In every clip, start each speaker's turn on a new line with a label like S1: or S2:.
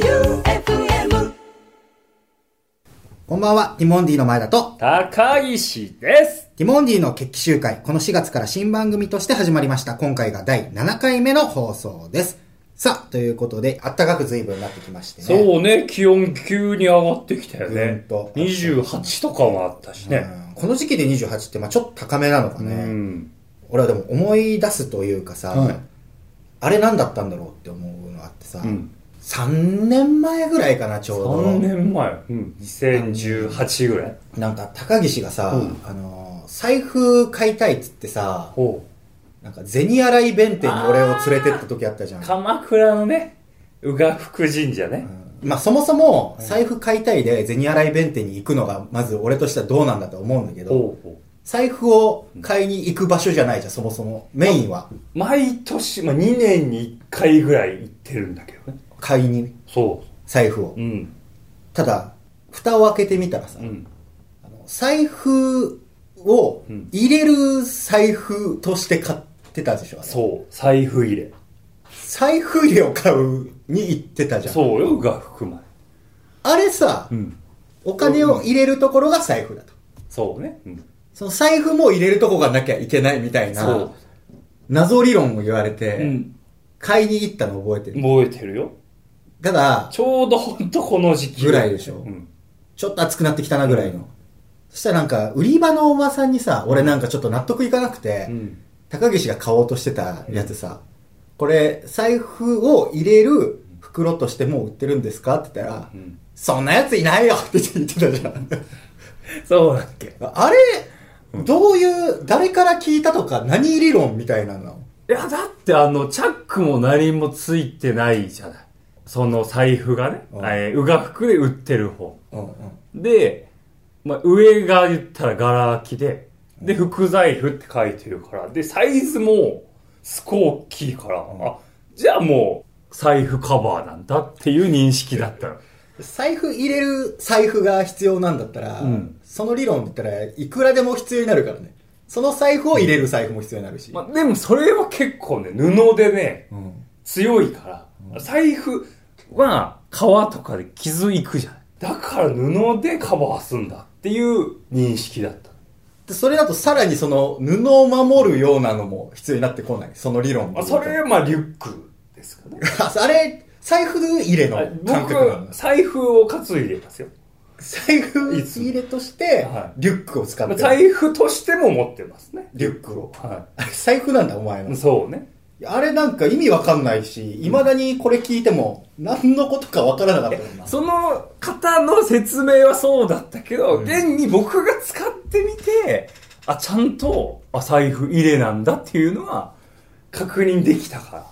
S1: J-O-E-U-F-M
S2: こんばんは、ティモンディの前田と、
S3: 高石です。
S2: ティモンディの決起集会、この4月から新番組として始まりました。今回が第7回目の放送です。さあ、ということで、暖かく随分なってきましてね。
S3: そうね、気温急に上がってきたよね。
S2: ぐんと
S3: 28とかもあったし
S2: う
S3: ね。
S2: んこの時期で28って、まあちょっと高めなのか
S3: う
S2: ね。
S3: ん。
S2: 俺はでも思い出すというかさ、
S3: はい
S2: あれ何だったんだろうって思うのあってさ、
S3: うん
S2: 3年前ぐらいかな、ちょうど。
S3: 3年前。うん。2018ぐらい。
S2: なんか高岸がさ、
S3: うん
S2: あのー財布買いたいっつってさ、
S3: お
S2: なんか銭洗い弁天に俺を連れてった時あったじゃん。
S3: 鎌倉のね、宇賀福神社ね。
S2: まあそもそも財布買いたいで銭洗い弁天に行くのがまず俺としてはどうなんだと思うんだけ
S3: お
S2: ど、
S3: うおう
S2: 財布を買いに行く場所じゃないじゃん、そもそも。メインは
S3: 毎年、まあ、2年に1回ぐらい行ってるんだけどね。
S2: 買いに、
S3: そ
S2: 財布を
S3: う。。うん。
S2: ただ、蓋を開けてみたらさ
S3: う、ん。
S2: あの財布を入れる財布として買ってたでしょ、あれ
S3: そう。財布入れ。
S2: 財布入れを買うに行ってたじゃん。
S3: そうよ、宇賀福前。
S2: あれさ、
S3: ん。
S2: お金を入れるところが財布だと。
S3: そうね。うん。
S2: その財布も入れるとこがなきゃいけないみたい
S3: そう
S2: な、。謎理論を言われて、
S3: うん。
S2: 買いに行ったの覚えてる。
S3: 覚えてるよ。
S2: ただ、
S3: ちょうどほんとこの時期。
S2: ぐらいでしょ
S3: うん。
S2: ちょっと暑くなってきたなぐらいの。そしたらなんか、売り場のおばさんにさ、俺なんかちょっと納得いかなくて、
S3: うん。
S2: 高岸が買おうとしてたやつさ、これ、財布を入れる袋としてもう売ってるんですかって言ったら、
S3: うん
S2: そんなやついないよ って言ってたじゃん。
S3: そうだっけ
S2: あれ、どういう、誰から聞いたとか、何理論みたいなの
S3: いや、だってあの、チャックも何もついてないじゃない。その財布がね、
S2: うん
S3: えー、うが服で売ってる方。
S2: うんうん。
S3: で、まあ、上が言ったら柄空きで、で、副財布って書いてるから、で、サイズも、すこ大きいから、あ、じゃあもう、財布カバーなんだっていう認識だったの。
S2: 財布入れる財布が必要なんだったら、
S3: うん
S2: その理論で言ったらいくらでも必要になるからね。その財布を入れる財布も必要になるし。
S3: まあ、でもそれは結構ね、布でね、
S2: うん
S3: 強いから、財布は皮とかで傷いくじゃない。だから布でカバーすんだっていう認識だった。
S2: でそれだとさらにその布を守るようなのも必要になってこない。その理論
S3: ま
S2: で
S3: あ、
S2: 言う
S3: そ
S2: と
S3: れはまあリュックですかね。
S2: あれ、財布入れの
S3: あ
S2: 感覚なの
S3: 僕、財布を担いでますよ。
S2: 財布入れとして
S3: は、
S2: リュックを使ってる。
S3: 財布としても持ってますね。
S2: リュックを。
S3: は
S2: あれ財布なんだ、お前の
S3: い。。そうね。
S2: あれなんか意味わかんないし、未だにこれ聞いても、何のことかわからなかったもんな。
S3: その方の説明はそうだったけど、
S2: うん
S3: 現に僕が使ってみて、あ、ちゃんと、あ、財布入れなんだっていうのは確認できたから。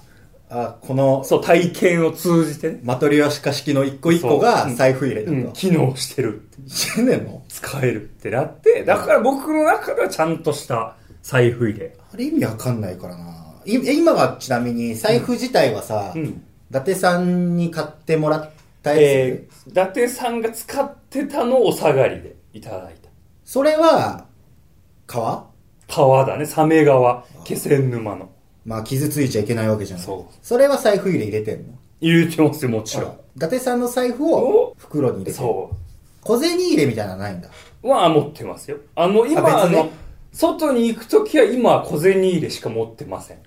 S2: あ、この、
S3: そう、体験を通じてね。
S2: マトリオシカ式の一個一個が
S3: そう
S2: 財布入れだ
S3: うん、
S2: と。
S3: 機能してるって
S2: してねえの
S3: 使えるってなってだから僕の中ではちゃんとした財布入れ
S2: あれ意味わかんないからな。い今はちなみに財布自体はさ、
S3: うん
S2: 伊達さんに買ってもらったやつ、
S3: えー、伊達さんが使ってたのをお下がりでいただいた
S2: それは、革
S3: 川だねサメ川気仙沼の
S2: まあ傷ついちゃいけないわけじゃない。
S3: そう
S2: それは財布入れ入れてんの
S3: 入れてますよもちろん
S2: 伊達さんの財布を
S3: お
S2: 袋に入れてる
S3: そ
S2: 小銭入れみたいなのはないんだ。
S3: うは持ってますよあの今
S2: あ
S3: あ,、
S2: 別ね
S3: の外に行くときは今は小銭入れしか持ってません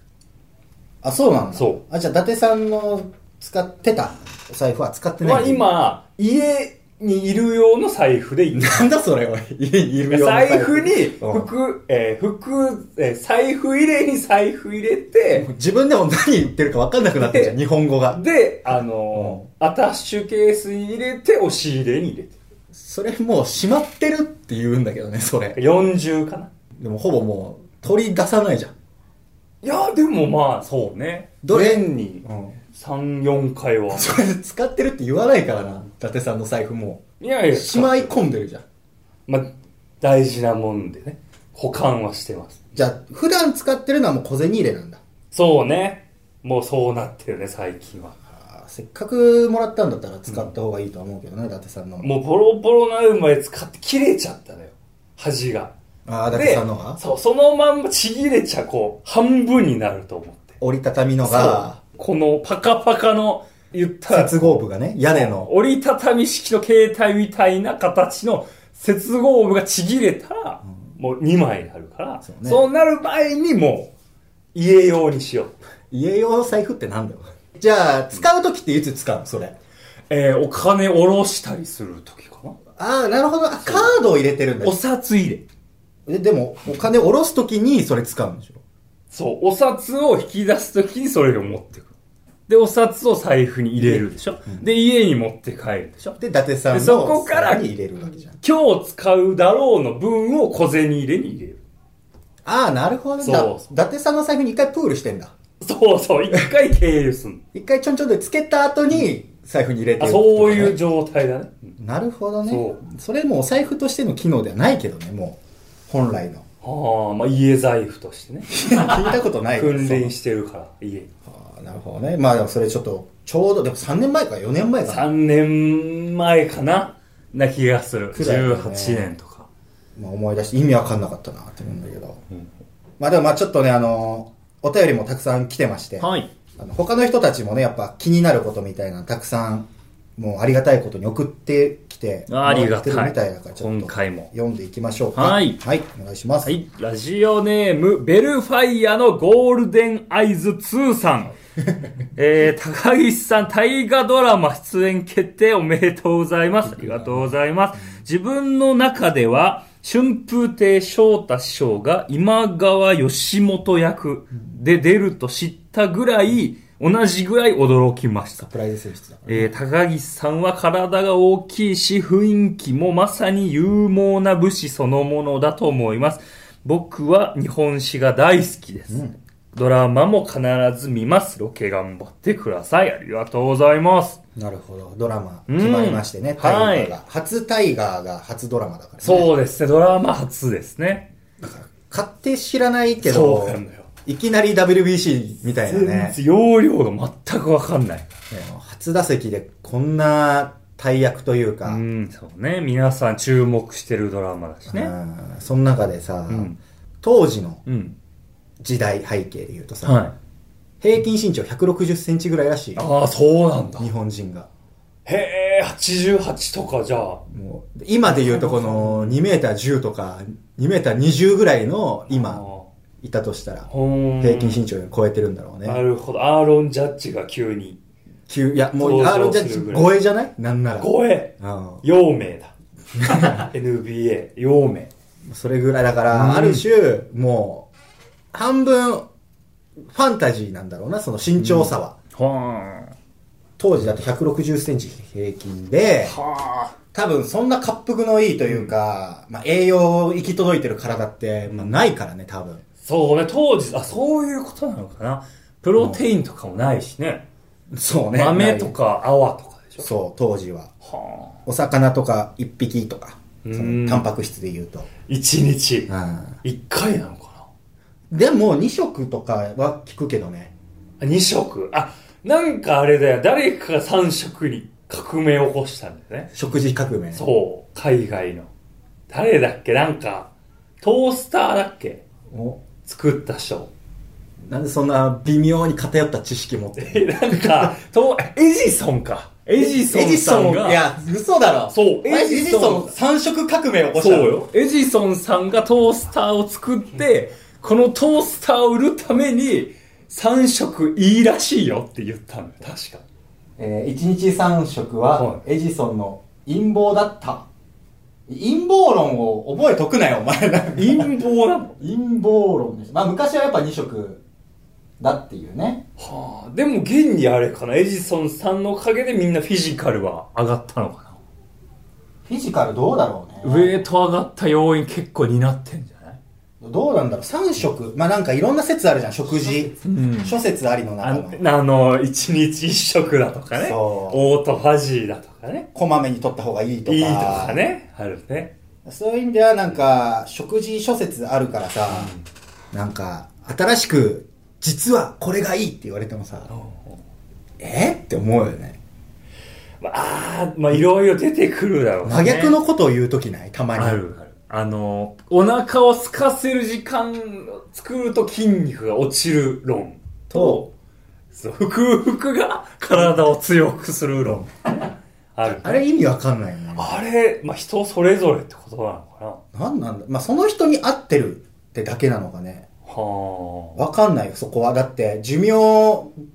S2: あ、そうなんだ。
S3: そう
S2: あ、じゃあ伊達さんの使ってたお財布は使ってない。
S3: は今家にいる用の財布で行ってます
S2: なんだそれおい家にいるような
S3: 財布に
S2: うん
S3: 服、えー服、えー財布入れに財布入れて、
S2: 自分でも何言ってるか分かんなくなってんじゃん、
S3: で
S2: 日本語が。
S3: で、あのーアタッシュケースに入れて、押し入れに入れて
S2: それもう閉まってるって言うんだけどね、それ。
S3: る。40かな。
S2: でもほぼもう取り出さないじゃん。
S3: いや、でもまあ、そうね。
S2: どれ
S3: 年に
S2: うん。
S3: 3、4回は。
S2: それ使ってるって言わないからな、伊達さんの財布も。
S3: いやいうや、
S2: しまい込んでるじゃん。
S3: まあ、大事なもんでね。保管はしてます。
S2: じゃあ、普段使ってるのはもう小銭入れなんだ。
S3: そうね。もうそうなってるね、最近は。
S2: あーせっかくもらったんだったら使った方がいいとは思うけどね、伊達さんの。
S3: もうボロボロなるまで使って切れちゃったのよ。端が。
S2: ああ、伊達
S3: で
S2: さんのが
S3: そう、そのまんまちぎれちゃこう、半分になると思って。
S2: 折りたたみのが、
S3: そうこのパカパカの言ったら、
S2: 接合部がね、屋根の。
S3: 折りたたみ式の携帯みたいな形の接合部がちぎれたら、もう2枚になるから、
S2: そ
S3: そうう,、
S2: ね
S3: なる前にもう、家用にしよう。
S2: 家用財布ってなんだよ。じゃあ、使うときっていつ使うのそれ。
S3: えーお金下ろしたりするときかな。
S2: ああ、なるほど。あカードを入れてるんだ
S3: お。札入れ。
S2: えでも、お金下ろすときにそれ使うんでしょ
S3: そう、お札を引き出すときにそれを持ってくる。で、お札を財布に入れるでしょ。で、家に持って帰るでしょ。
S2: で、伊達さんの
S3: でそこから
S2: さらに入れるわけじゃん。
S3: 今日使うだろうの分を小銭入れに入れる。
S2: ああ、なるほど。
S3: そう
S2: だ伊達さんの財布に一回プールしてんだ。
S3: そうそう、一回経由すんの。
S2: 一回ちょんちょんでつけた後に財布に入れて
S3: あ、
S2: る
S3: そういう状態だね。うん
S2: なるほどね
S3: そ
S2: それもお財布としての機能ではないけどねもう本来 の
S3: ああ、まあ家財布としてね。
S2: 聞いたことない
S3: 訓練
S2: し
S3: してるから、家に。
S2: なるほどねまあでもそれちょっとちょうどでも3年前か4年前かな
S3: 3年前かなな気がする。
S2: くらいだね
S3: 18年とか。
S2: まあ、思い出して意味わかんなかったなって思うんだけど、まあでもまあちょっとねあのお便りもたくさん来てまして、
S3: はい。
S2: あの他の人たちもねやっぱ気になることみたいなのたくさんもうありがたいことに送ってきて
S3: ありがたい
S2: もらってるみたいだからちょっと
S3: 今回も
S2: 読んでいきましょうか
S3: はい
S2: はい、お願いします、
S3: はい。ラジオネーム、ベルファイアのゴールデンアイズ2さん。えー、高岸さん、大河ドラマ出演決定おめでとうございます。ありがとうございます。自分の中では、春風亭昇太師匠が今川義元役で出ると知ったぐらい、同じぐらい驚きました。
S2: プライズ選出だから
S3: えー高岸さんは体が大きいし、雰囲気もまさに勇猛な武士そのものだと思います。僕は日本史が大好きです。ドラマも必ず見ます。ロケ頑張ってください。ありがとうございます。
S2: なるほどドラマ
S3: うん
S2: 決まりましてね、タイガーが、
S3: は
S2: 初タイガーが初ドラマだから、ね、
S3: そうですね。ドラマ初ですね。
S2: 勝手知らないけ
S3: そ
S2: ど
S3: うなんだよ。
S2: いきなり WBC みたいなね
S3: 全然容量が全くわかんない。
S2: ね初打席でこんな大役というか、
S3: うん、そうね。皆さん注目してるドラマだし
S2: う
S3: ね。
S2: んその中でさ、
S3: ん
S2: 当時の
S3: うん。
S2: 時代背景で言うとさ、
S3: は
S2: 平均身長160センチぐらいらしい
S3: い。ああ、そうなんだ。
S2: 日本人が
S3: へえ、88とかじゃあ。
S2: もう今で言うとこの2メーター10とか2メーター20ぐらいの今いたとしたら平
S3: 平
S2: 均身長を超えてるんだろうね、
S3: なるほど。アーロン・ジャッジが急に。
S2: 急いや、もう、
S3: 登場
S2: アーロン・ジャッ
S3: す
S2: ジ
S3: るぐらい
S2: 超えじゃないなんなら。
S3: 超え
S2: う
S3: 陽明だ。NBA、陽明。
S2: ん。それぐらいだから、
S3: うん
S2: ある種、もう、半分、ファンタジーなんだろうな、その身長差は。
S3: は
S2: 当時だと160センチ平均で
S3: あ。、は
S2: 多分そんな滑腹のいいというか、まあ栄養行き届いてる体って、まあないからね、多分。
S3: そうね、当時、あ、そういうことなのかな。プロテインとかもないしね。
S2: そう
S3: 豆と。か泡とかでしょ。
S2: そう、当時は。
S3: はあ。
S2: お魚とか一匹とか、そ
S3: うん
S2: のタンパク質で言うと。
S3: 一日
S2: う、ん。
S3: 一回なのか
S2: でも、2食とかは効くけどね。
S3: な。あ二食。あ、なんかあれだよ。誰かが三食に革命を起こしたんだよね。
S2: 食事革命。
S3: そう、海外の。誰だっけなんか、トースターだっけ
S2: お
S3: 作った人。
S2: なんでそんな微妙に偏った知識持ってる
S3: え、なんか、 と、エジソンか。エジソンさんが。
S2: いや、嘘だろ。
S3: そう
S2: エジソン、三色革命を起こした
S3: そう
S2: の。
S3: よ。エジソンさんがトースターを作って、このトースターを売るために、3食いいらしいよって言ったのよ。確か。
S2: えー一日三色
S3: は
S2: は、エジソンの陰謀だった。陰謀論を覚えとくなよ、お前ら。
S3: 陰謀なの。
S2: 陰謀論です。まあ、昔はやっぱ二色だっていうね。
S3: はあ、でも現にあれかな。エジソンさんのおかげでみんなフィジカルは上がったのかな。
S2: フィジカルどうだろう
S3: ウ
S2: ね。
S3: ェイト上がった要因結構担ってんじゃない
S2: どうなんだろう。三色。まあ、なんかいろんな説あるじゃん、食事。
S3: うん
S2: 諸説ありの中
S3: あ
S2: の。
S3: あの、一日一食だとかね。
S2: そう
S3: オートファジーだとかね。
S2: こまめに取った方がいいとか。
S3: いいとかね。あるね。
S2: そういう意味ではなんか食事諸説あるからさ、なんか新しく実はこれがいいって言われてもさ、えって思うよね
S3: まああー、まあいろいろ出てくるだろうね。
S2: 真逆のことを言う時ないたまに
S3: あるある。あの、お腹を空かせる時間を作ると筋肉が落ちる論と、そう、服、服が体を強くする論。ある。
S2: あれ意味わかんないよね。
S3: あれ、まあ、人それぞれってことなのかな。
S2: なんなんだまあ、その人に合ってるってだけなのかね。
S3: は
S2: わかんないよ、そこは。だって、寿命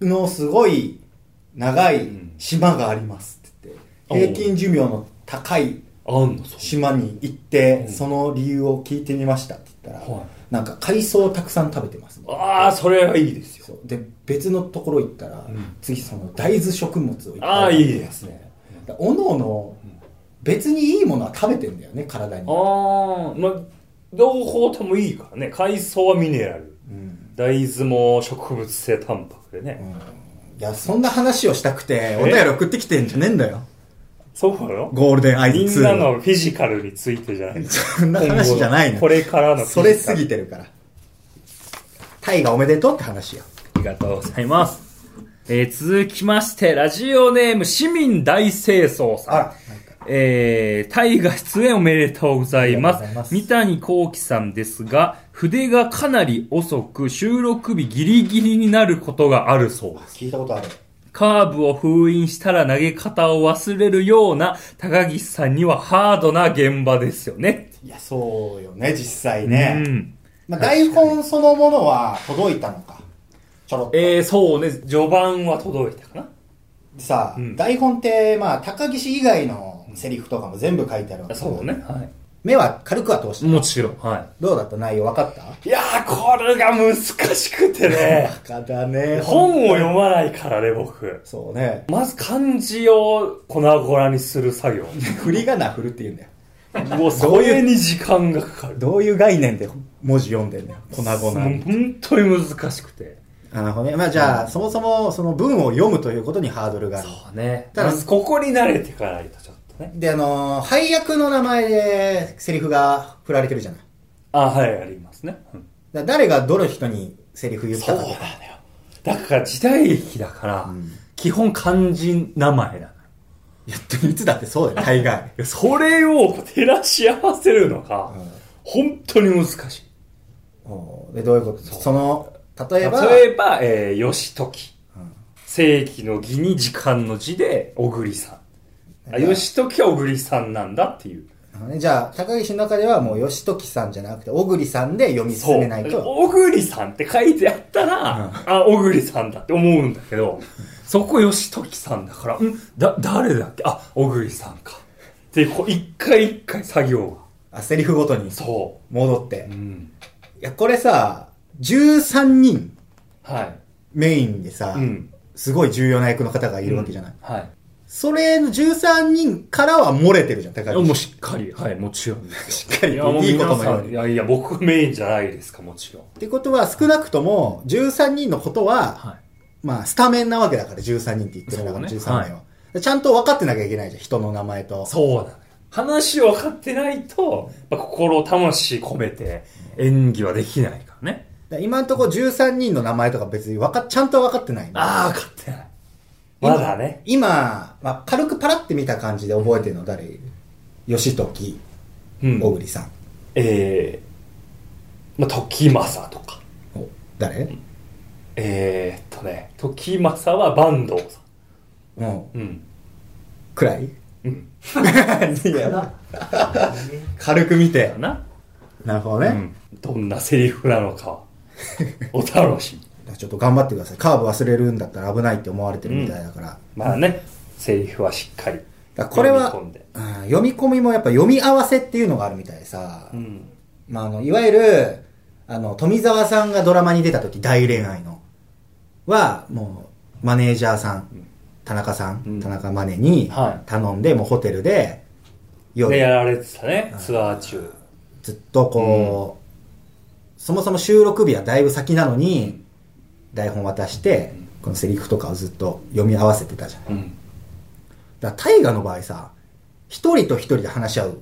S2: のすごい長い島がありますって言って、
S3: うん
S2: 平均寿命の高い
S3: あ。あんの、そ
S2: 島に行っ
S3: う
S2: て、
S3: ん
S2: その理由を聞いてみましたって言ったら、
S3: はい
S2: なんか海藻をたくさん食べてます。
S3: ああ、それはいいですよ。
S2: そうで、別のところ行ったら、
S3: ん
S2: 次その大豆食物をいっぱい食べて
S3: ああ、いいですね。
S2: だからおのおの、別にいいものは食べてんだよね、体に。
S3: ああ、まあ、両方ともいいからね。海藻はミネラル。
S2: うん
S3: 大豆も植物性タンパクでね。
S2: いや、そんな話をしたくて、お便り送ってきてんじゃねえんだよ。
S3: そうなの
S2: ゴールデンアイズ
S3: み
S2: 2。
S3: んなのフィジカルについてじゃない
S2: そんな話じゃない
S3: 今後
S2: の。
S3: これからの
S2: それすぎてるから。タイがおめでとうって話よ。
S3: ありがとうございます。えー続きまして、ラジオネーム、市民大清掃さん。
S2: あら。
S3: えー、大河出演おめでとうございま
S2: あ
S3: す
S2: りがとうございます
S3: 三谷幸喜さんですが筆がかなり遅く収録日ギリギリになることがあるそうです
S2: 聞いたことある。
S3: カーブを封印したら投げ方を忘れるような高岸さんにはハードな現場ですよね
S2: いや、そうよね、実際
S3: う
S2: ね。
S3: ん
S2: まあ、台本そのものは届いたのか。ちょろっと。
S3: えー、そうね序盤は届いたかな
S2: さあ、
S3: うん
S2: 台本って、まあ、高岸以外のセリフとかも全部書いてあるわけ。
S3: そうね。は
S2: 目は軽くは通し
S3: い
S2: た。
S3: もちろんは
S2: どうだった内容分かった
S3: いいやーこれが難しくて ね
S2: かだね
S3: 本を読まないからね僕
S2: そうね。
S3: まず漢字を粉々にする作 業。
S2: 振り仮名振るって言うんだよ。
S3: もうそれに時間がかかる。
S2: どういう概念で文字読んでんだよ。粉々
S3: もう本当に難しくて。
S2: あなるほどね。まあじゃあ、そもそもその文を読むということにハードルがある。
S3: そうね。
S2: ただ
S3: まずここに慣れていかないとちょっとね。
S2: で、あのー配役の名前でセリフが振られてるじゃない。だか
S3: あ、はい、ありますね。うん
S2: ら誰がどの人にセリフ言っ
S3: そう
S2: た
S3: な
S2: か
S3: の
S2: と
S3: よ
S2: か。。
S3: だから時代劇だから、基本漢字名前なのよ
S2: いやっていつだってそうだよ、大概。
S3: いや。それを照らし合わせるのが、
S2: うん
S3: 本当に難しい。
S2: おーで、どういうことその、例えば、
S3: 例えば、えー、義時。正規の義に時間の字で、小栗さん。あ、義時は小栗さんなんだっていう。
S2: あのねじゃあ、高岸の中ではもう、義時さんじゃなくて、小栗さんで読み進
S3: そう。
S2: めないと。
S3: 小栗さんって書いてあったら、あ、小栗さんだって思うんだけど、そこ義時さんだから、んだ、誰だっけあ、小栗さんか。で、こう、一回一回作業が。
S2: あ、セリフごとに
S3: そ
S2: 戻って
S3: う。う。ん。
S2: いや、これさ、13人
S3: はい。
S2: メインでさ、
S3: うん。
S2: すごい重要な役の方がいるわけじゃない。
S3: はい。
S2: それの13人からは漏れてるじゃん、高
S3: いや
S2: 橋。
S3: もうしっかり。はい、もちろん。
S2: しっか
S3: い
S2: り
S3: や、もう
S2: いいこと
S3: 皆
S2: の
S3: さ、
S2: ようん
S3: い
S2: に。っ
S3: やいや、僕メインじゃないですか、もちろん。
S2: てことは、少なくとも、13人のことは、
S3: は
S2: まあ、スタメンなわけだから、13人って言ってるんだから、
S3: そうね
S2: 13名は、ちゃんと分かってなきゃいけないじゃん、人の名前と。
S3: そうなのよ。話を分かってないと、まあ、心、魂込めて演技はできないからね。
S2: だから今のところ13人の名前とか別に分か、ちゃんと分かってないの
S3: ああ、分かってない。まだね。
S2: 今、まあ、軽くパラって見た感じで覚えてるの誰いる吉時、
S3: うん
S2: 小栗さん。
S3: えー、まあ、時政とか。
S2: お誰
S3: えー、っとね、時政は坂東さ
S2: うん。
S3: ん。うん。
S2: く らい
S3: うん。
S2: いや 軽く見て
S3: だ。な。
S2: なるほど
S3: う
S2: ね。
S3: ん。どんなセリフなのか は、お楽しみ。
S2: ちょっと頑張ってください。カーブ忘れるんだったら危ないって思われてるみたいだから。だか
S3: まあね、セリフはしっかり。
S2: らこれは
S3: 読み込んで
S2: うん読み込みもやっぱ読み合わせっていうのがあるみたいでさ、
S3: うん。
S2: まあ、あのいわゆるあの富澤さんがドラマに出た時大恋愛のはもうマネージャーさん田中さん、
S3: うん
S2: 田中マネに
S3: はい
S2: 頼んで、もうホテルで
S3: で、
S2: 夜
S3: やられてたね、ツアー中。
S2: ずっとこう、そもそも収録日はだいぶ先なのに台本渡して、このセリフとかをずっと読み合わせてたじゃん
S3: うん。
S2: だから大河の場合さ、一人と一人で話し合う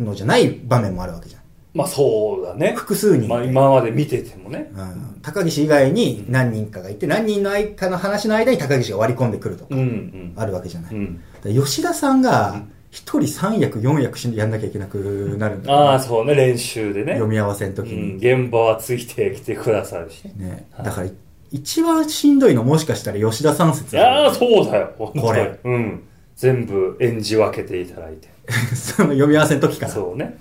S2: のじゃない場面もあるわけじゃん。
S3: まあそうだね。
S2: 複数人
S3: まあ今まで見ててもね。
S2: うん、高岸以外に何人かがいて、何人の相かの話の間に高岸が割り込んでくるとか
S3: う、ん
S2: あるわけじゃない。
S3: うん。うん。
S2: だから吉田さんが、一人三役、四役しやんなきゃいけなくなるんだよ
S3: ああ、そうね、練習でね。
S2: 読み合わせの時
S3: う
S2: に。
S3: ん、現場はついてきてくださるしね。
S2: ね、だから、一番しんどいのもしかしたら吉田さん説
S3: いやー、
S2: う
S3: そうだよ。本当に
S2: これ。
S3: うん。全部演じ分けていただいて。
S2: その読み合わせの時からそう
S3: そうね。
S2: ね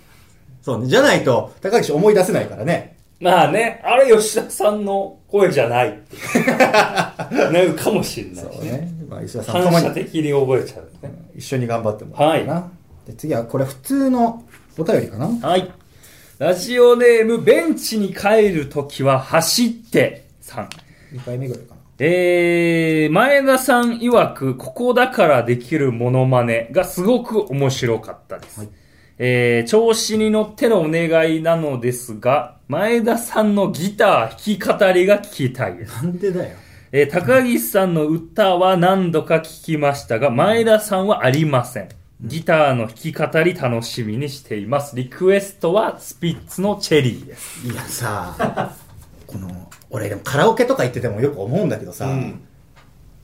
S2: じゃないと高岸思い出せないからね
S3: まあね、あれ吉田さんの声じゃないっ ていう。なるかもしれないし
S2: そう
S3: ね。
S2: ね、まあ、吉田さんた
S3: 反
S2: ま
S3: 射
S2: に
S3: 的に覚えちゃうね。
S2: 一緒に頑張ってもらおうかな、で次はこれ普通のお便りかな
S3: はい。ラジオネーム、ベンチに帰るときは走ってさん。
S2: 2回目ぐらいかな
S3: えー、前田さん曰く、ここだからできるモノマネがすごく面白かったです。
S2: はい
S3: えー、調子に乗ってのお願いなのですが、前田さんのギター弾き語りが聞きた いです。
S2: なんでだよ
S3: えー、高岸さんの歌は何度か聞きましたが、前田さんはありません。ギターの弾き語り楽しみにしています。リクエストはスピッツのチェリーです。
S2: いやさこの俺でもカラオケとか行っててもよく思うんだけどさ、
S3: うん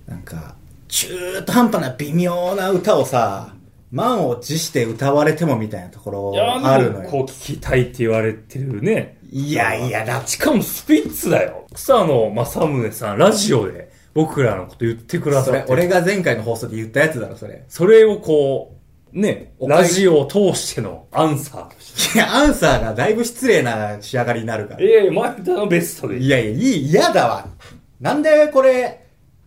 S2: なんか中途半端な微妙な歌をさ満を持して歌われてもみたいなところあるの
S3: こう
S2: よ
S3: 聞きたいって言われてるね。
S2: いやいやだ
S3: しかもスピッツだよ。草野正宗さん、ラジオで僕らのこと言ってくださ
S2: そ
S3: って
S2: れ
S3: る。
S2: 俺が前回の放送で言ったやつだろそれ
S3: それをこう、ね、
S2: おかえり
S3: ラジオを通してのアンサーとし
S2: いやアンサーがだいぶ失礼な仕上がりになるから
S3: て。いやいや、前田のベストでいい。
S2: いやいやいい嫌だわなんでこれ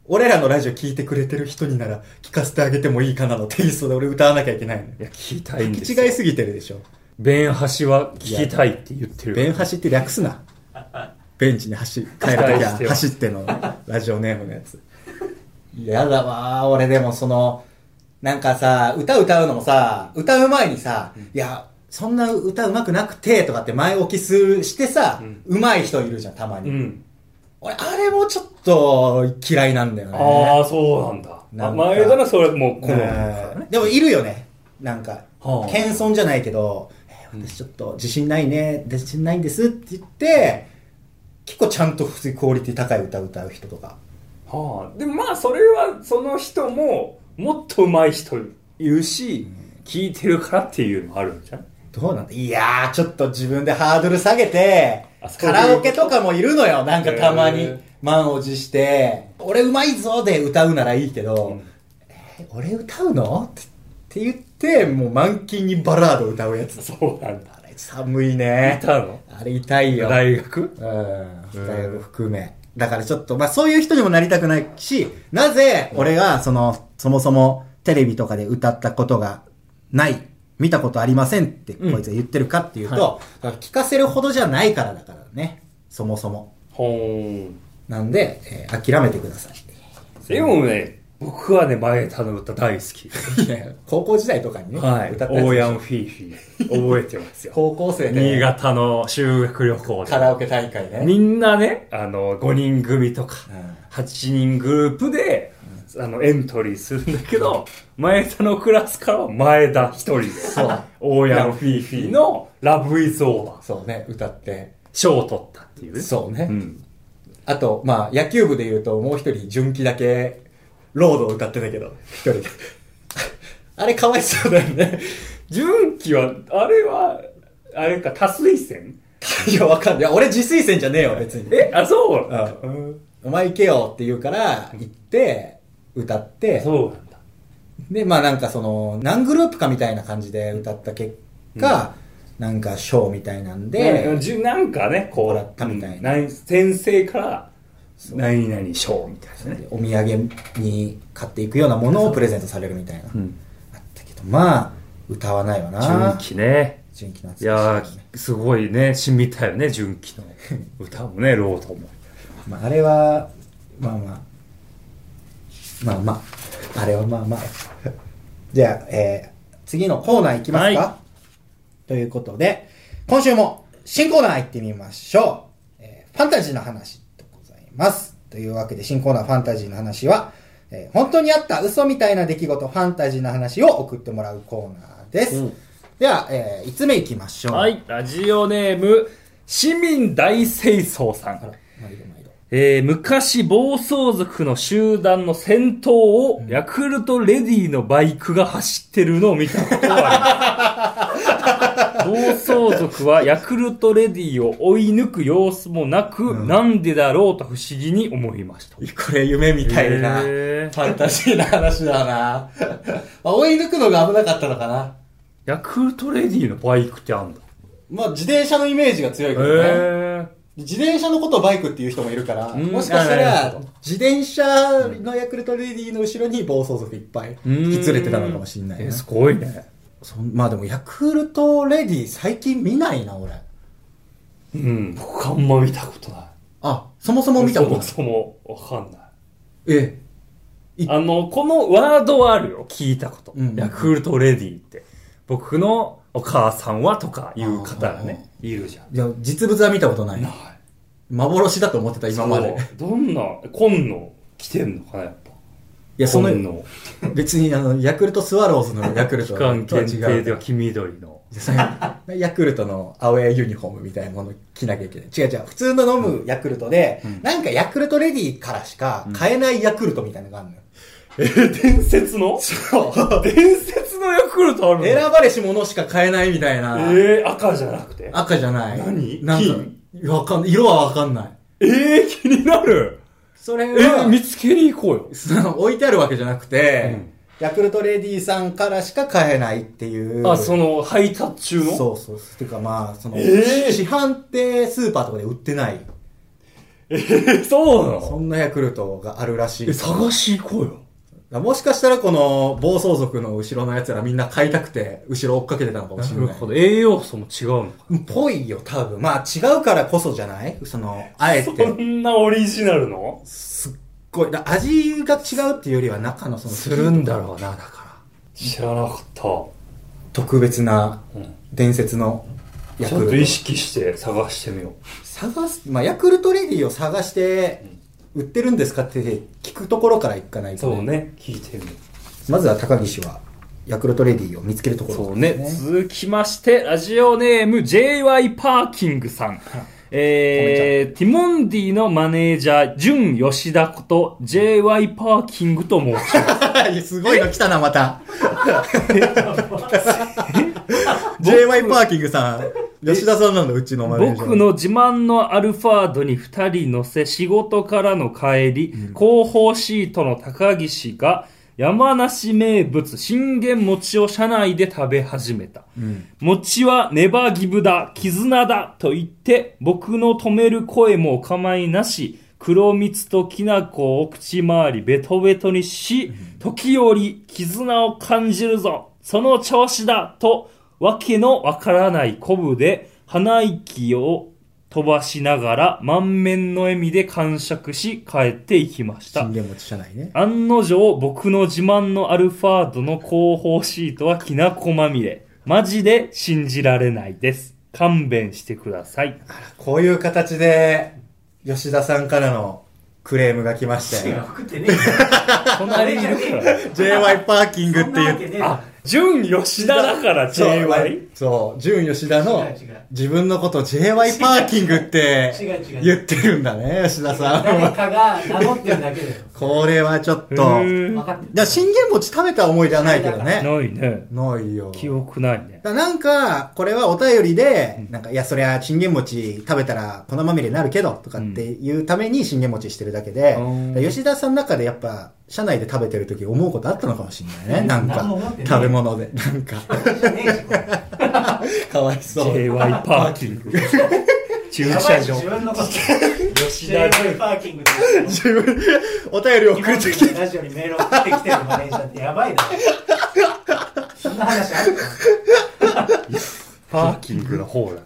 S2: 俺らのラジオ聞いてくれてる人になら聞かせてあげてもいいかなのテイストで俺歌わなきゃいけないの
S3: いや、聞きたいんですよ。
S2: 違いすぎてるでしょ
S3: ベンハシは聞きたいって言ってる。
S2: ベン走って略すな。ベンチに走、帰るとき
S3: 期待し
S2: は
S3: てよ
S2: 走ってのラジオネームのやつ。やだわー、俺でもその、なんかさ、歌歌うのもさ、歌う前にさ、いや、そんな歌うまくなくてとかって前置きするしてさ、うま、い人いるじゃん、たまに。
S3: うん。
S2: 俺、あれもちょっと嫌いなんだよね。
S3: ああ、そうなんだ。
S2: なんか
S3: 前田のそれもう好みだから
S2: ね
S3: ね。
S2: でもいるよねなんか、
S3: はあ
S2: 謙遜じゃないけど、えー私ちょっと自信ないね自信ないんですって言って結構ちゃんと普通にクオリティ高い歌歌う人とか
S3: はあ、でもまあそれはその人ももっと上手い人いるし、聞いてるからっていうのもあるんじゃん
S2: どうなんだいやーちょっと自分でハードル下げて
S3: あそうい
S2: カ
S3: う
S2: ラオケとかもいるのよなんかたま
S3: へ
S2: に
S3: ー
S2: 満を持して「俺うまいぞ」で歌うならいいけど「
S3: うん
S2: え俺歌うの?」ってって言ってもう満勤にバラード歌うやつ
S3: そうなんだ。
S2: あれ寒い
S3: い
S2: ね
S3: たの
S2: あれ痛いよ
S3: 大学
S2: うん、大学含め。だからちょっと、まあそういう人にもなりたくないし、なぜ俺がその、そもそもテレビとかで歌ったことがない、見たことありませんって
S3: うん
S2: こいつが言ってるかっていうと、聞かせるほどじゃないからだからね、そもそも。
S3: ほーん。
S2: なんで、えー諦めてください。
S3: でもね、僕はね、前田の歌大好き。
S2: いや、 高校時代とかにね、
S3: はい。
S2: 歌った
S3: オー
S2: や
S3: ヤンフィーフィー。覚えてます
S2: つ。
S3: よ。
S2: 高校生
S3: 新
S2: で
S3: 潟の修学旅行で。
S2: カラオケ大会ね。
S3: みんなね、あの、5人組とか
S2: うん、
S3: 8人グループで、あの、エントリーするんだけど、前田のクラスからは前田一人で、
S2: そう
S3: 大家のフィーフィーのラブイズオーバー、
S2: そうね、歌って。
S3: 賞を取ったっていうね。
S2: そうね。
S3: うん。
S2: あと、まあ、野球部で言うと、もう一人、純喜だけ、ロードを歌ってたけど、一人で。 あれ、かわいそうだよね。
S3: 純喜は、あれは、あれか、多推薦
S2: いや、わかんない。いや、俺、自推薦じゃねえよ、別に。
S3: え、あ、そう
S2: う
S3: なんだ。
S2: ん。お前行けよって言うから、行って、歌って、
S3: そうなんだ。
S2: で、まあなんかその、何グループかみたいな感じで歌った結果、なんか、ショーみたいなん
S3: で、
S2: で、
S3: じゅなんかね、こう、
S2: もらったみたいな
S3: うん何先生から、何々賞みたいなね。
S2: お土産に買っていくようなものをプレゼントされるみたいな。あったけど、まあ、歌わないわな。
S3: 純喜ね。
S2: 純喜の
S3: い
S2: 懐
S3: や
S2: かしいね
S3: ー、すごいね、しみたよね、純喜の歌もね、ロードも。
S2: まあ、あれは、まあまあ。まあまあ。あれはまあまあ。 じゃあ、えー、次のコーナーいきますか、
S3: は
S2: ということで、今週も新コーナー行ってみましょう。えーファンタジーの話でございます。というわけで、新コーナーファンタジーの話は、えー本当にあった嘘みたいな出来事、ファンタジーの話を送ってもらうコーナーです。
S3: うん
S2: では、え5つ目いきましょう。
S3: は。い、ラジオネーム、市民大清掃さ
S2: あら
S3: ん。、
S2: 毎度毎度。
S3: えー昔暴走族の集団の先頭を、ヤクルトレディのバイクが走ってるのを見たことがあります。暴 走族はヤクルトレディを追い抜く様子もなく、
S2: ん
S3: なんでだろうと不思議に思いました。
S2: これ夢みたいな、フ
S3: へー
S2: ァンタジーな話だな まあ追い抜くのが危なかったのかな。
S3: ヤクルトレディのバイクってあんだ。
S2: まあ自転車のイメージが強いけどね。
S3: へ
S2: 自転車のことをバイクっていう人もいるから、
S3: ん
S2: もしかした
S3: なる
S2: ら
S3: ほど、
S2: 自転車のヤクルトレディの後ろに暴走族いっぱい
S3: ー
S2: 引き連れてたのかもしれない
S3: え
S2: ね。
S3: すごいね。
S2: そんまあでもヤクルトレディ最近見ないな、俺。
S3: うん、僕あんま見たことない。
S2: あ、そもそも見たことない。
S3: そもそもわかんない。
S2: えい
S3: あの、このワードはあるよ。聞いたこと。
S2: うん
S3: ヤクルトレディって。僕のお母さんはとかいう方がね、いるじゃん。
S2: え。いや、実物は見たことない
S3: ない。。
S2: 幻だと思ってた、今まで。
S3: そう。どんな、紺野来てんのかな、やっぱ。
S2: いや、そ
S3: 紺
S2: の、
S3: 野。
S2: 別にあの、ヤクルトスワローズのヤクル
S3: 期
S2: トとは違
S3: 間
S2: う。
S3: 限定では黄緑 の。
S2: そういうヤクルトのアウェーユニフォームみたいなもの着なきゃいけない。違う違う。普通の飲むヤクルトで、なんかヤクルトレディからしか買えないヤクルトみたいなのがあるのよ。
S3: えー、伝説のそう。伝説のヤクルトあるの
S2: 選ばれし者しか買えないみたいな。
S3: えー、赤じゃなくて。
S2: 赤じゃない。
S3: 何
S2: なんか
S3: 金
S2: いやわかんない。色はわかんない。
S3: えー、気になる。
S2: それ
S3: え
S2: は
S3: ー、、見つけに行こうよ。
S2: その 置いてあるわけじゃなくて、
S3: うん
S2: ヤクルトレディさんからしか買えないっていう。
S3: あ、その、配達中の
S2: そうそう。てかまあ、その、
S3: えー
S2: 市販ってスーパーとかで売ってない。
S3: えー、そうな
S2: そ
S3: の
S2: んなヤクルトがあるらしい。
S3: え、探し行こうよ。
S2: もしかしたらこの暴走族の後ろの奴らみんな買いたくて、後ろ追っかけてたのかも
S3: な
S2: しれ
S3: る
S2: ない。
S3: ほど。栄養素も違うのか
S2: ぽいよ、多分。まあ違うからこそじゃないその、あえ
S3: な。
S2: て。
S3: んなオリジナルの
S2: すっごい。だ味が違うっていうよりは中のその、
S3: するんだろうな、だから。知らなかった。
S2: 特別な
S3: うん
S2: 伝説のヤ
S3: ち
S2: ク
S3: ょっ
S2: ル
S3: と
S2: ト。
S3: 意識して探してみよう。
S2: 探す、まあヤクルトレディを探して、売ってるんですかって聞くところから行かないと、
S3: そう。ね、聞いてみる。
S2: まずは高岸は、ヤクルトレディを見つけるところ
S3: そう
S2: で
S3: ね
S2: す。
S3: 続きまして、ラジオネーム JY パーキング さん。えー、ティモンディのマネージャー、ジュン吉田こと JY パーキングと申しま す。
S2: いやすごいの来たな、ま た。JY パーキングさん、吉田さんなんだ、うちのマネージャー。
S3: 僕。の自慢のアルファードに2人乗せ仕事からの帰り、後方シートの高岸が山梨名物信玄餅を車内で食べ始めた、餅はネバーギブだ絆だと言って僕の止める声もお構いなし黒蜜ときな粉を口周りベトベトにし、時折絆を感じるぞその調子だとわけのわからないコブで鼻息を飛ばしながら満面の笑みで完食し帰っていきました
S2: 信。玄餅社内ね。
S3: 案の定僕の自慢のアルファードの後方シートはきなこまみれ。マジで信じられないです。勘弁してください。
S2: こういう形で、吉田さんからのクレームが来ましたよ。
S4: 送ってね
S3: 隣にいるから。
S2: JY パーキング
S4: え
S2: っ
S4: よ。そん
S2: て
S4: なわ
S2: い
S4: け
S2: う。
S4: ね え
S3: あ
S4: だ、
S3: 純吉田だから
S2: そう
S3: JY?
S2: そう、純吉田の
S4: 違う違う
S2: 自分のこと JY パーキングって
S4: 違う違う違う
S2: 言ってるんだね、吉田さん
S4: 誰
S2: は。
S4: かが名乗ってるだけだよ。
S2: これはちょっ
S3: う
S2: と。
S3: ーん
S4: 分かってる
S2: じゃあ、信玄餅食べた思い出はないけどね。
S3: ないね。
S2: ないよ。
S3: 記憶ないね。
S2: だなんか、これはお便りで、なんか、いや、そりゃ、信玄餅食べたら粉まみれになるけど、とかっていうために信玄餅してるだけで、
S3: うん
S2: 吉田さんの中でやっぱ、社内で食べてる時思うことあったのかもしれないね。なんか
S4: 何も思って、ない
S2: 食べ物で。なんか、
S4: じゃねえしこれ
S2: かわいそう。
S3: JY パーキング。駐
S4: やばい
S3: 車
S4: 自
S3: 場。
S4: 分のこと。
S3: 吉田
S4: JY パーキングで。
S2: 自分、お便り送
S4: 今
S2: ってきて、
S4: のラジオにメール送ってきてるマネージャーってやばいな。そんな話あるか
S3: パーキングの方だ。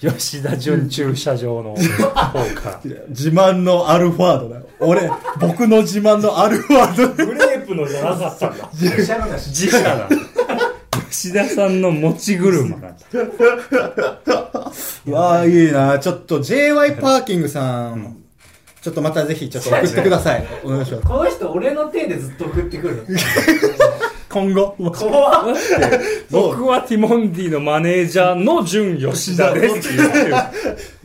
S3: 吉田純駐車場の方から。
S2: 自慢のアルファードだよ。俺、僕の自慢のアルファード
S3: グレープのじゃなか ったんだ。
S4: 自社のだし。
S3: 自社だ。 吉田さんの持ち車なんだ。
S2: いやあいいなちょっと JY パーキングさん、ちょっとまたぜひちょっと送ってください。お願いします。
S4: この人俺の手でずっと送ってくる。
S2: 今後。
S4: 怖っ
S3: 僕はティモンディのマネージャーの純吉田ですっていう。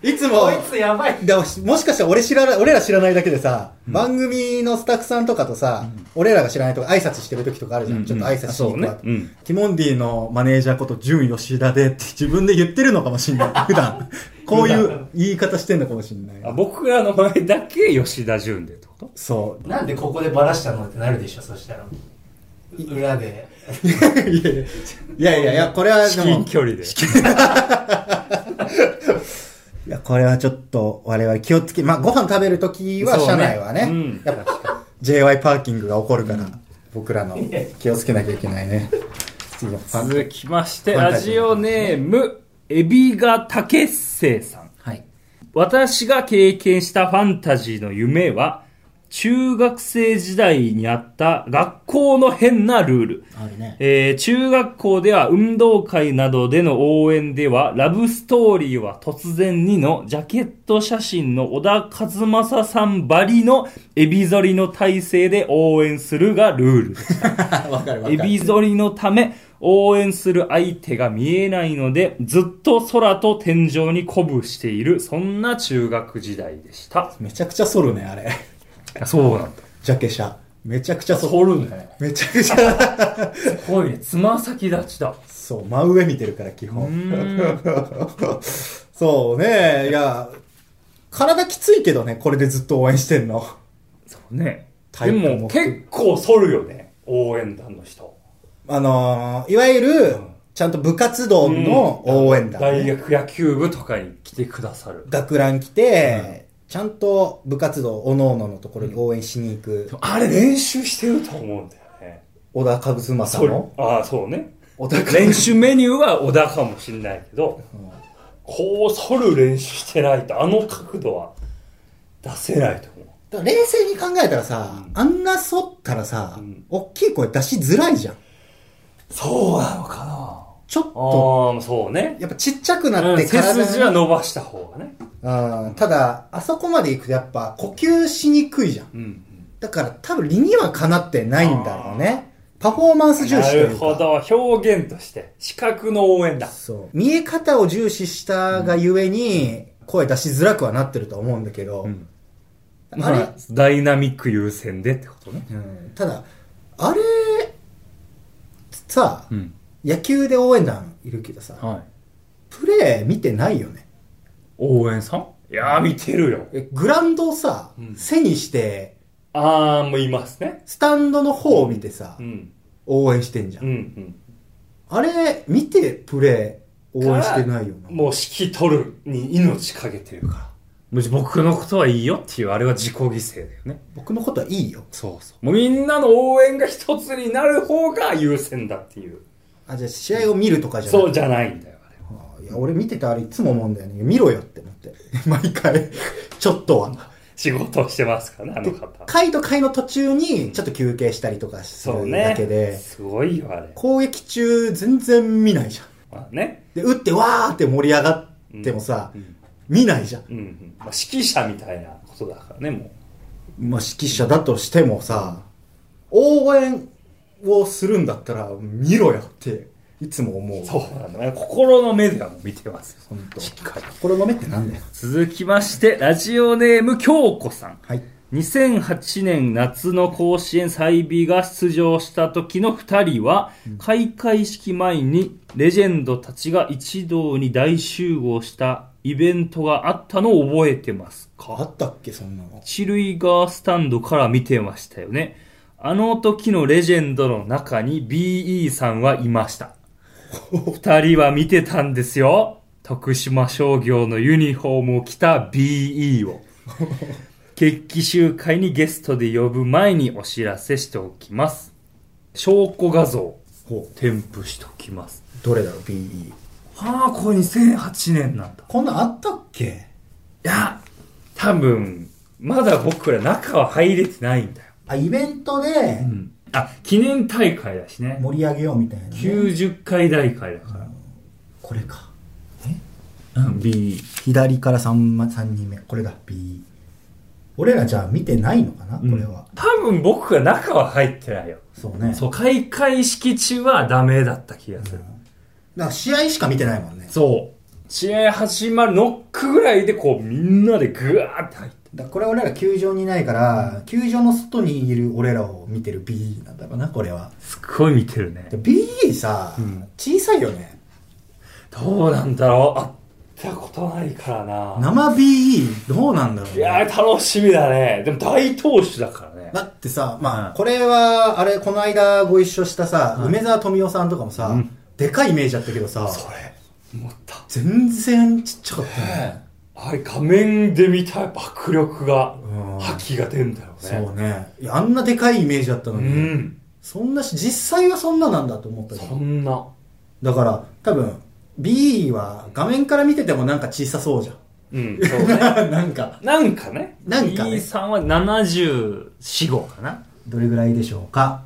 S2: いつも
S4: こ、いつやばい
S2: でもしもしかしたら俺知らない、俺ら知らないだけでさ、番組のスタッフさんとかとさ、俺らが知らないとか挨拶してる時とかあるじゃん。
S3: うん
S2: ちょっと挨拶しに行くわ
S3: あそうねうん
S2: ティモンディのマネージャーこと、純吉田でって自分で言ってるのかも しんない。普段。こういう言い方してんのかもしんない。
S3: あ僕らの前だけ吉田純 でってこと
S2: そ
S4: なんでここでバラしたのってなるでしょそしたら裏で
S2: う。いやいやいや、これは
S3: 至
S2: でも
S3: 近、距離で。
S2: いや、これはちょっと我々気をつけ、まあご飯食べる時は
S3: そうね
S2: 車内はね、
S3: うん
S2: やっぱ JY パーキングが起こるから、僕らの
S4: いや
S2: 気をつけなきゃいけない ね。次のファン
S3: 続きまして、
S2: ファン
S3: ラ
S2: タジー
S3: ジオネーム、エビガタケッセイさん。
S2: はい。
S3: 私が経験したファンタジーの夢は、中学生時代にあった学校の変なルール。
S2: あるね。
S3: えー中学校では運動会などでの応援では、ラブストーリーは突然にのジャケット写真の小田和正さんばりのエビ反りの体勢で応援するがルールです。
S2: わかるわか
S3: エ
S2: る。
S3: ビ反りのため、応援する相手が見えないので、ずっと空と天井に鼓舞している、そんな中学時代でした。
S2: めちゃくちゃ反るね、あれ。
S3: そうなんだ。
S2: ジャケ写。めちゃくちゃ反る。
S3: 取るね。
S2: めちゃくちゃ。
S3: すごいね。つま先立ちだ。
S2: そう、真上見てるから、基本。そうね、いや、体きついけどね、これでずっと応援してんの。
S3: そうね。
S2: 体
S3: で
S2: 育も
S3: も結構反るよね。応援団の人。
S2: あのーいわゆる、ちゃんと部活動の応援団、
S3: 大学野球部とかに来てくださる。
S2: 学ラン来て、ちゃんと部活動、おのおののところに応援しに行く、
S3: あれ練習してると思うんだよね。
S2: 小田和正さんの。
S3: ああ、そうね。
S2: 小田和
S3: 練習メニューは小田かもしんないけど、こう反る練習してないと、あの角度は出せないと思う。
S2: だから冷静に考えたらさ、あんな反ったらさ、
S3: うん
S2: 大きい声出しづらいじゃん。
S3: そうなのかな
S2: ちょっと、
S3: ああ、そうね。
S2: やっぱちっちゃくな
S3: う
S2: っ
S3: ん
S2: て
S3: 背
S2: 体に
S3: 筋は伸ばした方がね。
S2: うん、ただ、あそこまで行くとやっぱ呼吸しにくいじゃん。
S3: うん。
S2: だから多分理にはかなってないんだろうね。パフォーマンス重視
S3: な
S2: という
S3: る
S2: か。
S3: ほど。表現として。視覚の応援だ。
S2: そう。見え方を重視したがゆえに、声出しづらくはなってると思うんだけど、
S3: ん
S2: あれ、
S3: ダイナミック優先でってことね。
S2: うんただ、あれ、さ、
S3: うん。
S2: 野球で応援団いるけどさ、
S3: はい。
S2: プレー見てないよね。
S3: 応援さんいやー、見てるよ。
S2: えグラウンドをさ、
S3: うん
S2: 背にして、
S3: あー、もういますね。
S2: スタンドの方を見てさ、
S3: うん。
S2: 応援してんじゃん。
S3: うん、うん。
S2: あれ、見てプレー応援してないよな。
S3: もう、指揮取るに命かけてるから。もう僕のことはいいよっていう、あれは自己犠牲だよね。
S2: 僕のことはいいよ。
S3: そうそう。もうみんなの応援が一つになる方が優先だっていう。
S2: あ、じゃあ試合を見るとかじゃな
S3: そう
S2: い
S3: じゃないんだよ、あれは。
S2: いや、俺見ててあれいつも思うんだよね。見ろよって思って。 毎回、ちょっとは。
S3: 仕事をしてますからね、あの方。
S2: 回と回の途中に、ちょっと休憩したりとかす
S3: そう
S2: るだ
S3: ね
S2: けで、。
S3: すごいよ、あれ。
S2: 攻撃中全然見ないじゃん。
S3: まあね。
S2: で、打ってわーって盛り上がってもさ、
S3: うん。
S2: 見ないじゃん。
S3: うんうん。まあ、指揮者みたいなことだからね、もう。
S2: まあ、指揮者だとしてもさ、応援をするんだったら見ろよって、いつも思う。
S3: そうなんだね。心の目ではもう見てますよ。
S2: 本当。
S3: しっかり。
S2: 心の目ってなんだよ。
S3: 続きまして、ラジオネーム京子さん。
S2: はい。
S3: 2008年夏の甲子園済美が出場した時の2人は、開会式前にレジェンドたちが一堂に大集合したイベントがあったのを覚えてますか
S2: あったっけ、そんなの。
S3: 一塁側スタンドから見てましたよね。あの時のレジェンドの中に BE さんはいました。二人は見てたんですよ。徳島商業のユニフォームを着た BE を。決起集会にゲストで呼ぶ前にお知らせしておきます。証拠画像、
S2: ほ
S3: 添付しておきます。
S2: う。どれだろう、BE。
S3: ああ、これ2008年なんだ。
S2: こんなんあったっけ
S3: いや、多分、まだ僕ら中は入れてないんだよ。
S2: あ、イベントで
S3: うんあ、記念大会だしね。
S2: 盛り上げようみたいな、
S3: 90回大会だか
S2: これか。
S3: ら。うん、B。
S2: 左から 3, 3人目。これだ、B。俺らじゃあ見てないのかな、これは。
S3: 多分僕が中は入ってないよ。
S2: そうね。
S3: そう、開会式中はダメだった気がする。
S2: だから試合しか見てないもんね。
S3: そう。試合始まるノックぐらいでこうみんなでグワーって入って。
S2: だからこれ俺ら球場にいないから、球場の外にいる俺らを見てる BE なんだろうな、これは。
S3: すっごい見てるね
S2: で。BE さ、小さいよね。
S3: どうなんだろう会ったことないからな。
S2: 生 BE どうなんだろう、ね、
S3: いやー楽しみだね。でも大投手だからね。
S2: だってさ、まあ、
S3: うん
S2: これは、あれ、この間ご一緒したさ、梅沢富美男さんとかもさ、でかいイメージだったけどさ、
S3: それ、思った。
S2: 全然ちっちゃかったね。
S3: あれ画面で見た迫力が
S2: うん、
S3: 覇気が出るんだよね。
S2: そうね。いや、あんなでかいイメージだったの
S3: う
S2: に、
S3: ん。
S2: そんなし、実際はそんななんだと思ったけど
S3: そんな。
S2: だから、多分、B は画面から見ててもなんか小さそうじゃん。
S3: うん、そうね。
S2: なんか、
S3: なんかね。
S2: なんかね
S3: B さんは74号かな。
S2: どれぐらいでしょうか。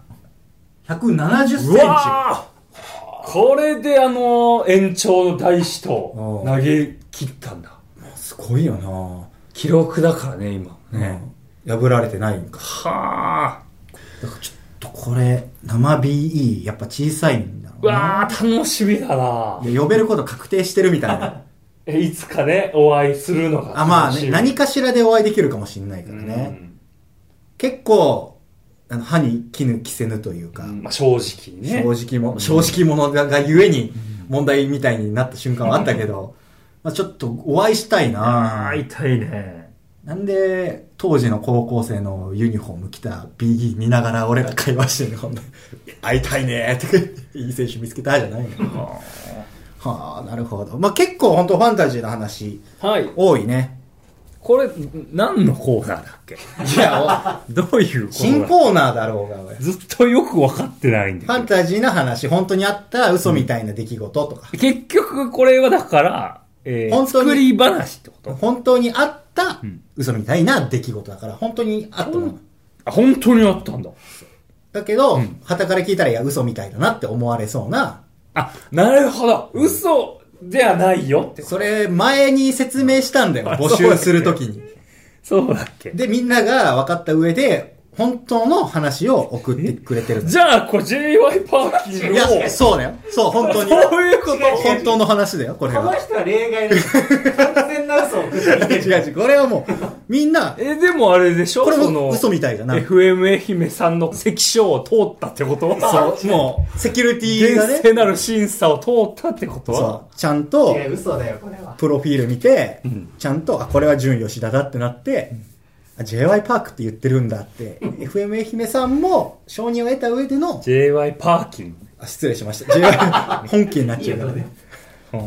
S2: 170センチ。
S3: うわーこれであの、延長の大使と
S2: うん
S3: 投げ切ったんだ。
S2: すごいよな
S3: 記録だからね、今。ね。
S2: うん破られてないんか。
S3: はあ。
S2: だからちょっとこれ、生 BE、やっぱ小さいんだろ
S3: う
S2: うな。
S3: わあ、楽しみだない
S2: や呼べること確定してるみたい な。
S3: え、いつかね、お会いするのが楽しみ。
S2: あ、まあね、何
S3: か
S2: かしらでお会いできるかもしれないからね。結構、あの、歯に絹着せぬというか、
S3: まあ正直にね。
S2: 正直も、正直者ががゆえに問題みたいになった瞬間はあったけど、まあちょっとお会いしたいな
S3: 会いたいね。
S2: なんで、当時の高校生のユニフォーム着た BE 見ながら俺ら会話してるの、ほんで会いたいねーって、いい選手見つけたじゃないの。はあ、なるほど。まあ結構本当ファンタジーの話、
S3: はい。
S2: 多いね。
S3: これ、何のコーナーだっけ
S2: いや、 お
S3: どういうコーナー
S2: 新コーナーだろうが、おい
S3: ずっとよく分かってないん
S2: ファ
S3: だ
S2: ンタジーな話、本当にあった嘘みたいな出来事とか、
S3: けど。結局、これはだから、えー、
S2: 本当に
S3: 作り話ってこと
S2: 本当にあった
S3: ん
S2: 嘘みたいな出来事だから、本当にあったもの。
S3: あ、本当にあったんだ。
S2: だけど、旗から聞いたら、いや、嘘みたいだなって思われそうな、
S3: あ、なるほど。嘘ではないよって。
S2: それ、前に説明したんだよ、
S3: あ
S2: 募集するときに。
S3: そうだっけ
S2: で、みんなが分かった上で、本当の話を送ってくれてるんだ
S3: じゃあ、これ JY パーキン
S2: い
S3: グを。
S2: や、そうだよ。そう、本当に。
S3: そういうこと
S2: 本当の話だよ、これ
S4: この
S2: は。
S4: 人は例外だ。完全な嘘を送ってき
S2: 違う 違
S4: てる。
S2: う、これはもう、みんな、
S3: え、でもあれでしょ
S2: これ
S3: その
S2: も嘘みたいだな。
S3: FM 愛媛さんの関所を通ったってこと
S2: そう、もう、セキュリティが
S3: 厳
S2: ね、
S3: 正なる審査を通ったってこと
S2: そう、ちゃんと、
S4: 違う、嘘だよ、これは。
S2: プロフィール見て、
S3: ん
S2: ちゃんと、あ、これは純吉田だってなって、あ JY パークって言ってるんだって、FM 愛媛さんも承認を得た上での、
S3: JY パーキン
S2: あ失礼しました。JY 本気になっちゃうからね。だか
S3: グ。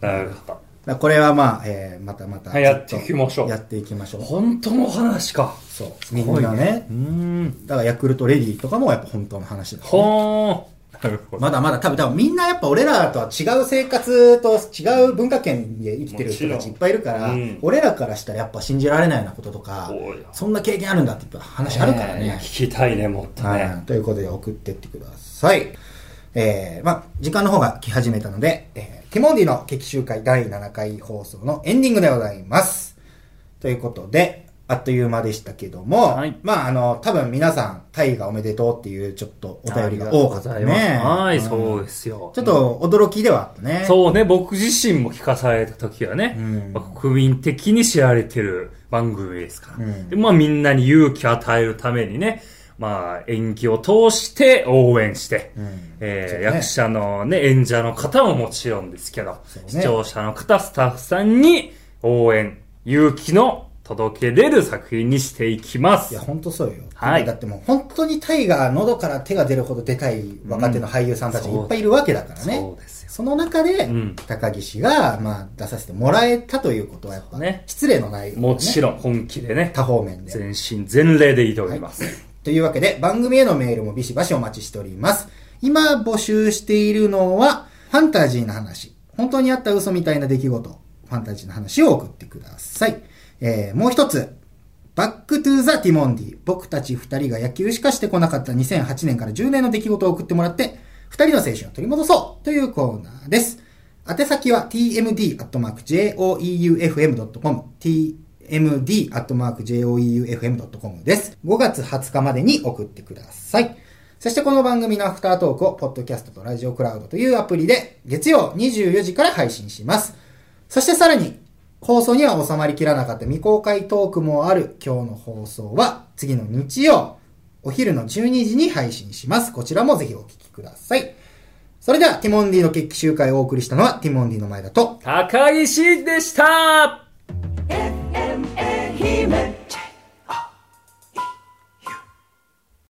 S3: なるほど。
S2: らこれはまあ、えーまたまた、
S3: はいやっていきましょう
S2: やっていきましょう。
S3: 本当の話か。
S2: そう。みんなね
S3: う。ん。
S2: だからヤクルトレディとかもやっぱ本当の話だ、ね。
S3: ほーん。なるほど。
S2: まだまだ多分多分みんなやっぱ俺らとは違う生活と違う文化圏で生きてる人たちいっぱいいるから、
S3: もちろんうん
S2: 俺らからしたらやっぱ信じられないようなこととか
S3: おい、
S2: そんな経験あるんだってやっぱ話あるからね。
S3: 聞きたいね、もっと
S2: は
S3: ね
S2: い。。ということで送ってってください。えー、まあ、時間の方が来始めたので、えー、ティモンディの劇集会第7回放送のエンディングでございます。ということで、あっという間でしたけども、
S3: はい
S2: まあ、あの、多分皆さん、タイがおめでとうっていうちょっとお便りが多かったね。
S3: はい、
S2: うん
S3: そうですよ。
S2: ちょっと驚きではあったね。
S3: そうね、僕自身も聞かされた時はね、
S2: うん
S3: まあ国民的に知られてる番組ですから、
S2: うん
S3: でまあみんなに勇気を与えるためにね、まあ演技を通して応援して、
S2: うん
S3: えー
S2: そうね
S3: 役者のね、演者の方ももちろんですけど、
S2: うね
S3: 視聴者の方、スタッフさんに応援、勇気の届けれる作品にしていきま
S2: い
S3: す
S2: や、。本当そうよ。
S3: はい
S2: だってもう本当にタイが喉から手が出るほどでかい若手の俳優さんたちがいっぱいいるわけだからね。
S3: そうですよ。
S2: その中で
S3: うん、
S2: 高木氏が、まあ、出させてもらえたということは、やっぱ、
S3: うね
S2: 失礼のない、ね、
S3: もちろん本気でね、
S2: 多方面で。
S3: 全身全霊で挑みます。
S2: というわけで、番組へのメールもビシバシお待ちしております。今募集しているのは、ファンタジーの話。本当にあった嘘みたいな出来事。ファンタジーの話を送ってください。えー、もう一つ。バックトゥーザ・ティモンディ。僕たち二人が野球しかしてこなかった2008年から10年の出来事を送ってもらって、二人の青春を取り戻そうというコーナーです。宛先は tmd.joeufm.com、tmd.joeufm.com md.joeufm.com です。5月20日までに送ってください。そしてこの番組のアフタートークを、ポッドキャストとラジオクラウドというアプリで、月曜24時から配信します。そしてさらに、放送には収まりきらなかった未公開トークもある今日の放送は、次の日曜、お昼の12時に配信します。こちらもぜひお聞きください。それでは、ティモンディの決起集会をお送りしたのは、ティモンディの前だと、
S3: 高岸でした
S1: え